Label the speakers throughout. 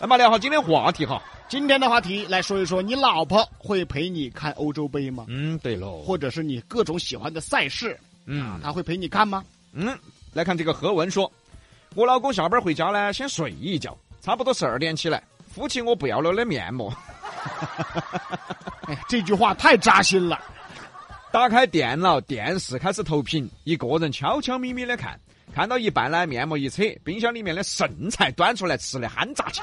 Speaker 1: 那么聊下今天话题哈。
Speaker 2: 今天的话题来说一说，你老婆会陪你看欧洲杯吗？
Speaker 1: 嗯，对喽。
Speaker 2: 或者是你各种喜欢的赛事，
Speaker 1: 嗯
Speaker 2: 她会陪你看吗？
Speaker 1: 嗯，来看这个何文说，我老公下班回家呢，先睡一觉，差不多十二点起来，敷起我不要了的面膜，
Speaker 2: 哎，这句话太扎心了。
Speaker 1: 打开电脑、电视开始投屏，一个人悄悄咪咪的看，看到一半呢，面膜一扯，冰箱里面的剩菜端出来吃的憨炸起，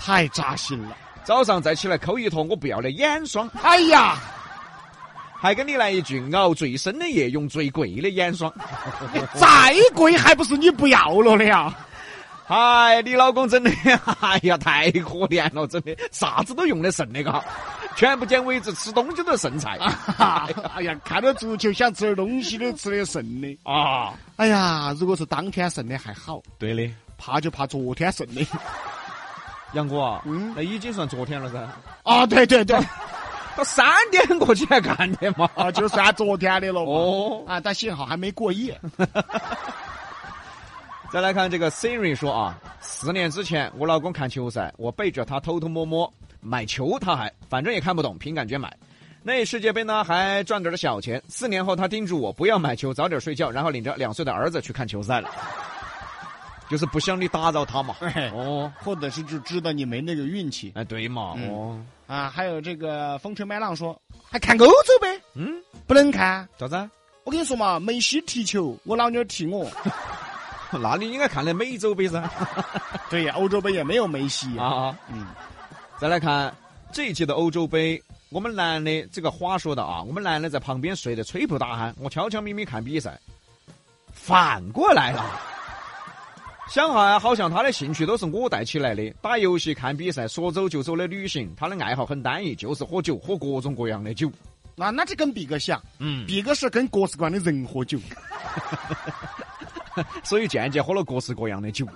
Speaker 2: 太扎心了！
Speaker 1: 早上再起来抠一坨我不要的眼霜，
Speaker 2: 哎呀，
Speaker 1: 还跟你来一句熬最深的夜用最贵的眼 霜。
Speaker 2: 再贵还不是你不要了的呀？
Speaker 1: 哎，你老公真的，哎呀，太可怜了，真的，啥子都用得剩的嘎，全部捡为止，吃东西都剩菜啊
Speaker 2: 哎呀，看到足球想吃点东西都吃的剩的。
Speaker 1: 啊！
Speaker 2: 哎呀，如果是当天剩的还好，
Speaker 1: 对的，
Speaker 2: 怕就怕昨天剩的。
Speaker 1: 杨哥啊，
Speaker 2: 嗯
Speaker 1: 那已经算昨天了噻，
Speaker 2: 啊，对对对，
Speaker 1: 到三点过去还干的嘛。
Speaker 2: 啊，就算昨天的了。
Speaker 1: 哦，
Speaker 2: 哦，啊，但幸好还没过夜。
Speaker 1: 再来看这个 Siri 说啊，四年之前我老公看球赛，我背着他偷偷摸摸买球，他还反正也看不懂，凭感觉买。那世界杯呢还赚点儿小钱。四年后他叮嘱我不要买球，早点睡觉，然后领着两岁的儿子去看球赛了。就是不想你打扰他嘛。
Speaker 2: 哎
Speaker 1: 哦，
Speaker 2: 或者是就知道你没那个运气
Speaker 1: 哎对嘛，
Speaker 2: 嗯
Speaker 1: 哦，
Speaker 2: 啊。还有这个风吹麦浪说，还看欧洲呗？
Speaker 1: 嗯，
Speaker 2: 不能看。
Speaker 1: 咋 子？啊
Speaker 2: 我跟你说嘛，梅西踢球，我老妞儿踢我。
Speaker 1: 那你应该看的美洲杯噻。
Speaker 2: 对呀，欧洲杯也没有梅西呀。
Speaker 1: 啊，
Speaker 2: 嗯。
Speaker 1: 再来看这一届的欧洲杯，我们男的这个话说的啊，我们男的在旁边睡得吹破打鼾，我悄悄咪咪看比赛，反过来了。想哈，好像他的兴趣都是我带起来的，打游戏、看比赛、说走就走的旅行。他的爱好很单一，就是喝酒，喝各种各样的酒。
Speaker 2: 那那这跟比哥像，
Speaker 1: 嗯，
Speaker 2: 比哥是跟各式各样的人喝酒。
Speaker 1: 所以渐渐喝了各式各样的酒。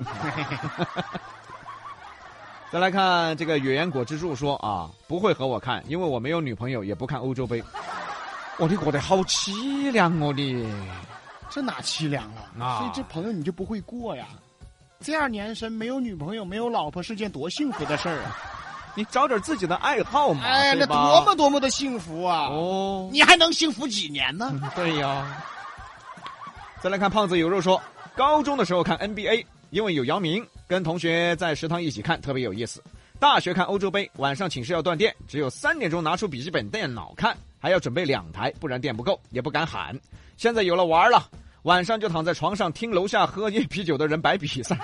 Speaker 1: 再来看这个月圆果之助说啊，不会和我看，因为我没有女朋友，也不看欧洲杯。哦，你过得好凄凉哦你。
Speaker 2: 这哪凄凉啊！
Speaker 1: 啊
Speaker 2: 所以这朋友你就不会过呀。这样年生没有女朋友没有老婆是件多幸福的事儿 啊！
Speaker 1: 你找点自己的爱好嘛，
Speaker 2: 哎，那
Speaker 1: 对吧
Speaker 2: 多么多么的幸福啊！
Speaker 1: 哦，
Speaker 2: 你还能幸福几年呢？
Speaker 1: 嗯对呀。再来看胖子有肉说，高中的时候看 NBA，因为有姚明，跟同学在食堂一起看，特别有意思。大学看欧洲杯，晚上寝室要断电，只有三点钟拿出笔记本电脑看，还要准备两台，不然电不够，也不敢喊。现在有了娃儿了，晚上就躺在床上听楼下喝夜啤酒的人摆比赛。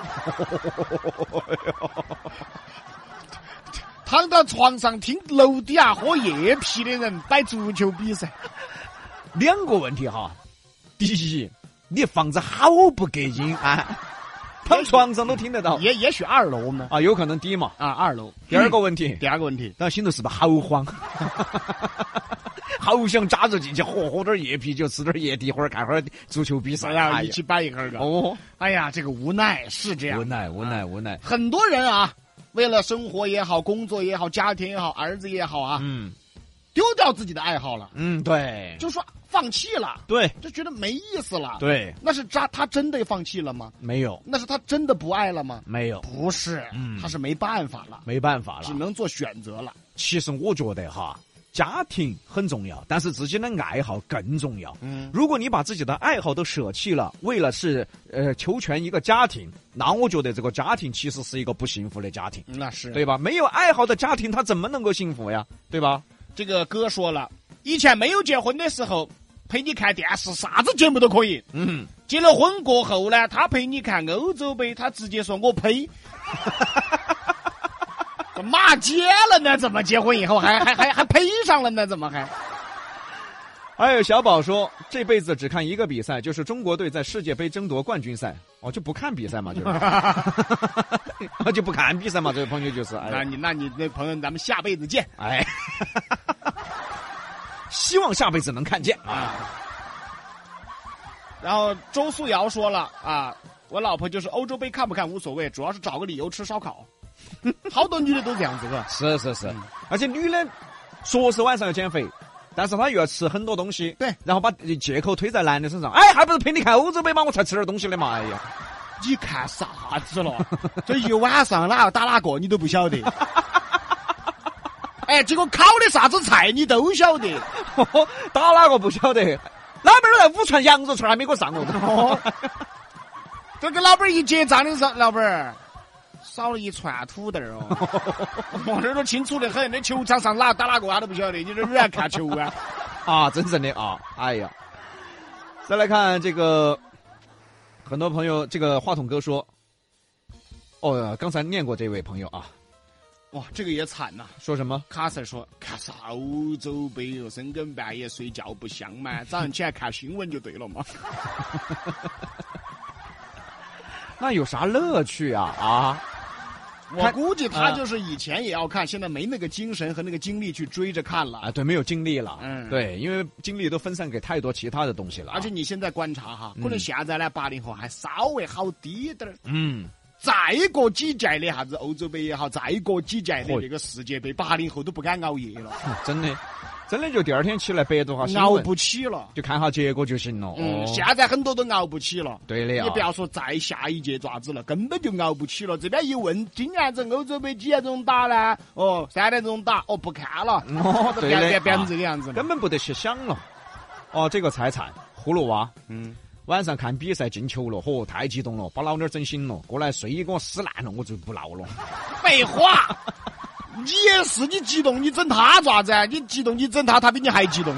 Speaker 2: 躺到床上听楼底下喝夜啤的人摆足球比赛，
Speaker 1: 两个问题哈，第一，你房子好不隔音 啊，躺床上都听得到
Speaker 2: 也也许二楼呢？
Speaker 1: 啊，有可能低嘛。
Speaker 2: 啊，二楼。
Speaker 1: 第二个问题，
Speaker 2: 第二个问题，
Speaker 1: 那心头是不是好慌？ 好想加入进去，喝喝点儿夜啤酒，吃点儿夜底花儿，看会儿足球比赛
Speaker 2: 咱俩
Speaker 1: 哎
Speaker 2: 一
Speaker 1: 呀
Speaker 2: 起摆一个个。
Speaker 1: 哦，嗯
Speaker 2: 哎呀，这个无奈是这样
Speaker 1: 无。奈无奈无奈。
Speaker 2: 很多人啊，为了生活也好，工作也好，家庭也好，儿子也好啊，
Speaker 1: 嗯
Speaker 2: 丢掉自己的爱好了，
Speaker 1: 嗯，对，
Speaker 2: 就说放弃了，
Speaker 1: 对
Speaker 2: 就觉得没意思了。，
Speaker 1: 对，
Speaker 2: 那是渣，他真的放弃了吗？
Speaker 1: 没有
Speaker 2: 那是他真的不爱了吗？
Speaker 1: 没有，
Speaker 2: 不是，
Speaker 1: 嗯
Speaker 2: 他是没办法了，
Speaker 1: 没办法
Speaker 2: 只
Speaker 1: 了。
Speaker 2: 能做选择了。
Speaker 1: 其实我觉得哈，家庭很重要，但是自己的爱好更重要。
Speaker 2: 嗯，
Speaker 1: 如果你把自己的爱好都舍弃了，为了是呃求全一个家庭，那我觉得这个家庭其实是一个不幸福的家庭，
Speaker 2: 那是
Speaker 1: 对吧？没有爱好的家庭，他怎么能够幸福呀？对吧？
Speaker 2: 这个哥说了，以前没有结婚的时候，陪你看电视，啥子节目都可以。
Speaker 1: 嗯，
Speaker 2: 结了婚过后呢，他陪你看欧洲杯，他直接说我呸。怎么骂街了呢？怎么结婚以后还还还还呸上了呢？怎么还？
Speaker 1: 还有哎小宝说，这辈子只看一个比赛，就是中国队在世界杯争夺冠军赛。哦，就不看比赛嘛， 就是，哦就不看比赛嘛。这位朋友就是，
Speaker 2: 那
Speaker 1: 哎，
Speaker 2: 你那你那朋友，咱们下辈子见
Speaker 1: 哎，希望下辈子能看见啊。
Speaker 2: 啊。然后周素瑶说了啊，我老婆就是欧洲杯看不看无所谓，主要是找个理由吃烧烤。好多女的都这样子的，
Speaker 1: 是是是，嗯而且女的说是晚上要减肥，但是她又要吃很多东西，
Speaker 2: 对，
Speaker 1: 然后把借口推在男的身上，哎，还不是陪你看欧洲杯嘛，我才吃点东西的嘛，哎呀，
Speaker 2: 你看啥子了？这一晚上哪个打哪个你都不晓得。哎，结果烤的啥子菜你都晓得。
Speaker 1: 打哪个不晓得？哪边儿来五串羊肉串还没给我上哦
Speaker 2: 哦。这个老板儿一结账的时候，老板儿少了一串土豆儿哦。我这都清楚得很，那球场上哪个打哪个他都不晓得，你这远看球啊？
Speaker 1: 啊，真正的啊，哎呀！再来看这个，很多朋友，这个话筒哥说，哦，刚才念过这位朋友啊，
Speaker 2: 哇，这个也惨呐、
Speaker 1: 说什么？
Speaker 2: 卡塞说：“看啥欧洲杯哟，深更半夜睡觉不香吗？早上起来看新闻就对了嘛。
Speaker 1: 那有啥乐趣啊啊？”
Speaker 2: 我估计他就是以前也要看，现在没那个精神和那个精力去追着看了。
Speaker 1: 啊，对，没有精力了，
Speaker 2: 嗯
Speaker 1: 对，因为精力都分散给太多其他的东西了啊，
Speaker 2: 而且你现在观察哈，
Speaker 1: 嗯
Speaker 2: 可能现在呢，八零后还稍微好滴点儿。
Speaker 1: 嗯，
Speaker 2: 再过几届的啥子欧洲杯也好，再过几届的
Speaker 1: 会
Speaker 2: 那个世界杯，八零后都不敢熬夜了，
Speaker 1: 真的，真的就第二天起来百度下新
Speaker 2: 熬
Speaker 1: 闻，
Speaker 2: 不起了。
Speaker 1: 就看下结果就行了。
Speaker 2: 嗯，
Speaker 1: 哦
Speaker 2: 现在很多都熬不起了。
Speaker 1: 对的
Speaker 2: 你不
Speaker 1: 啊，
Speaker 2: 要说再下一届爪子了，根本就熬不起了。这边一问，今年子欧洲杯几点钟打呢？哦，三点钟打。哦，不看了。
Speaker 1: 哦对
Speaker 2: 变
Speaker 1: 的
Speaker 2: 变变成
Speaker 1: 啊
Speaker 2: 这个样子了。
Speaker 1: 根本不得去想了。哦，这个才惨，葫芦娃
Speaker 2: 嗯，
Speaker 1: 晚上看比赛进球了，嚯、太激动了，把老娘儿整醒了，过来睡衣给我撕烂了，我就不闹了。
Speaker 2: 废话，你也是，你激动，你整他爪子啊？你激动，你整他，他比你还激动。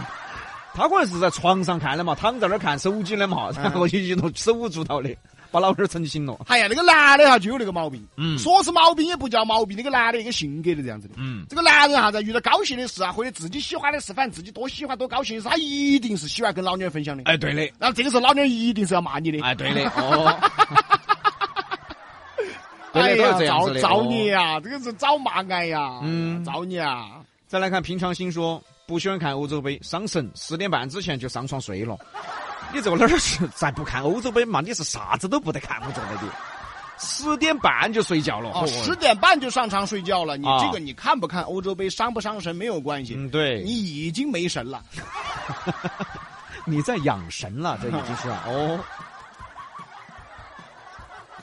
Speaker 1: 他可能是在床上看的嘛，躺在那儿看手机的嘛，然后就一路手舞足蹈的把老娘儿整醒了。
Speaker 2: 哎呀，那个男的哈就有那个毛病，
Speaker 1: 嗯
Speaker 2: 说是毛病也不叫毛病，那个男的一个性格就这样子的。
Speaker 1: 嗯，
Speaker 2: 这个男人哈，在遇到高兴的事啊，或者自己喜欢的事，反正自己多喜欢多高兴的事，他一定是喜欢跟老娘儿分享的。
Speaker 1: 哎，对的，
Speaker 2: 然后这个时候，老娘儿一定是要骂你的。
Speaker 1: 哎，对的，哦。对的，
Speaker 2: 哎
Speaker 1: 都
Speaker 2: 呀
Speaker 1: 是这样子的。
Speaker 2: 造造
Speaker 1: 哦
Speaker 2: 孽呀！这个是找骂俺呀，
Speaker 1: 嗯
Speaker 2: 造孽啊！
Speaker 1: 再来看平常心说，不喜欢看欧洲杯，伤神，十点半之前就上床睡了。你这个哪儿是再不看欧洲杯嘛？你是啥子都不得看，我觉得你十点半就睡觉了。
Speaker 2: 哦，
Speaker 1: 嚯
Speaker 2: 十点半就上床睡觉了，你
Speaker 1: 啊
Speaker 2: 这个你看不看欧洲杯，伤不伤神没有关系，
Speaker 1: 嗯，对，
Speaker 2: 你已经没神了。
Speaker 1: 你在养神了，这已经是啊 哦，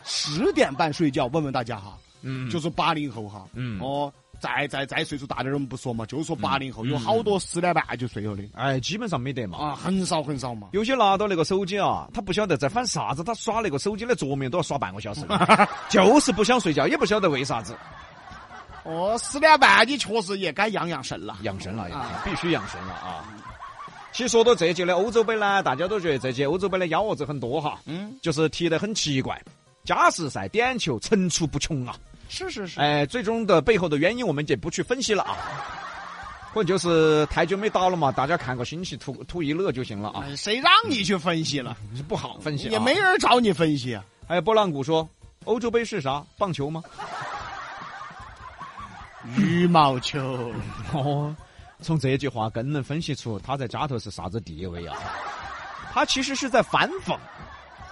Speaker 2: 十点半睡觉，问问大家哈，
Speaker 1: 嗯，
Speaker 2: 就是八零后哈，
Speaker 1: 嗯
Speaker 2: 哦，再再再岁数大点儿我们不说嘛，就说八零后，
Speaker 1: 嗯
Speaker 2: 有好多十点半就睡了的
Speaker 1: 哎，基本上没得嘛。
Speaker 2: 啊，很少很少嘛。
Speaker 1: 有些拿到那个手机啊，他不晓得在翻啥子，他耍那个手机的桌面都要耍半个小时了， 就是不想睡觉，也不晓得为啥子，
Speaker 2: 哦，十点半你确实也该养养神了。
Speaker 1: 养生了，养生
Speaker 2: 啊
Speaker 1: 必须养生了啊！其实说到这届的欧洲杯呢，大家都觉得这届欧洲杯的幺蛾子很多哈，
Speaker 2: 嗯，
Speaker 1: 就是踢得很奇怪，加时赛、点球层出不穷啊！
Speaker 2: 是是是，
Speaker 1: 哎，最终的背后的原因我们也不去分析了啊，可能就是太久没打了嘛，大家看个新奇，图图一乐就行了啊，
Speaker 2: 哎谁让你去分析了？
Speaker 1: 不好分析、啊。
Speaker 2: 也没人找你分析啊。
Speaker 1: 还有波浪鼓说，欧洲杯是啥？棒球 吗？
Speaker 2: 羽毛球。
Speaker 1: 哦，从这句话更能分析出他在家头是啥子地位啊！他其实是在反讽，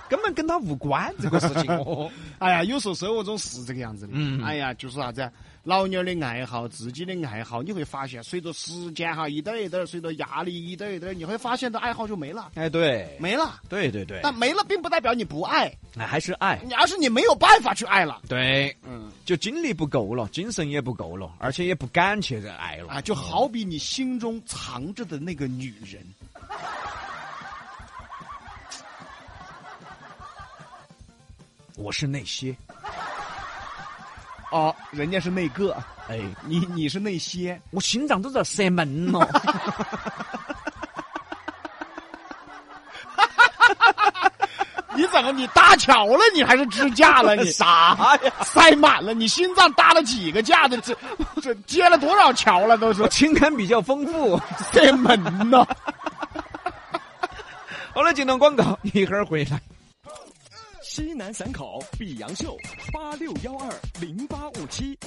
Speaker 1: 根本跟他无关这个事情。 哦、
Speaker 2: 哎呀，有时候生活中是这个样子的。
Speaker 1: 嗯
Speaker 2: 哎呀，就是啥子啊，老娘儿的爱好，自己的爱好，你会发现，随着时间哈，一点儿一点儿，随着压力一点儿一点儿，你会发现这爱好就没了，
Speaker 1: 哎，对，
Speaker 2: 没了。
Speaker 1: 对对对，
Speaker 2: 但没了，并不代表你不爱，
Speaker 1: 哎，还是爱。
Speaker 2: 你而是你没有办法去爱了。
Speaker 1: 对，
Speaker 2: 嗯
Speaker 1: 就精力不够了，精神也不够了，而且也不敢去热爱了
Speaker 2: 啊，就好比你心中藏着的那个女人，
Speaker 1: 我是那些，
Speaker 2: 哦，人家是那个，
Speaker 1: 哎，
Speaker 2: 你你是那些，
Speaker 1: 我心脏都在射门了。
Speaker 2: 你怎么你搭桥了？你还是支架了？ 你
Speaker 1: 啥呀？
Speaker 2: 塞满了，你心脏搭了几个架子？这这接了多少桥了？都是
Speaker 1: 我情感比较丰 富。
Speaker 2: 塞门呐！
Speaker 1: 好了，进段广告，一会儿回来。
Speaker 3: 西南散考毕阳秀八六幺二零八五七，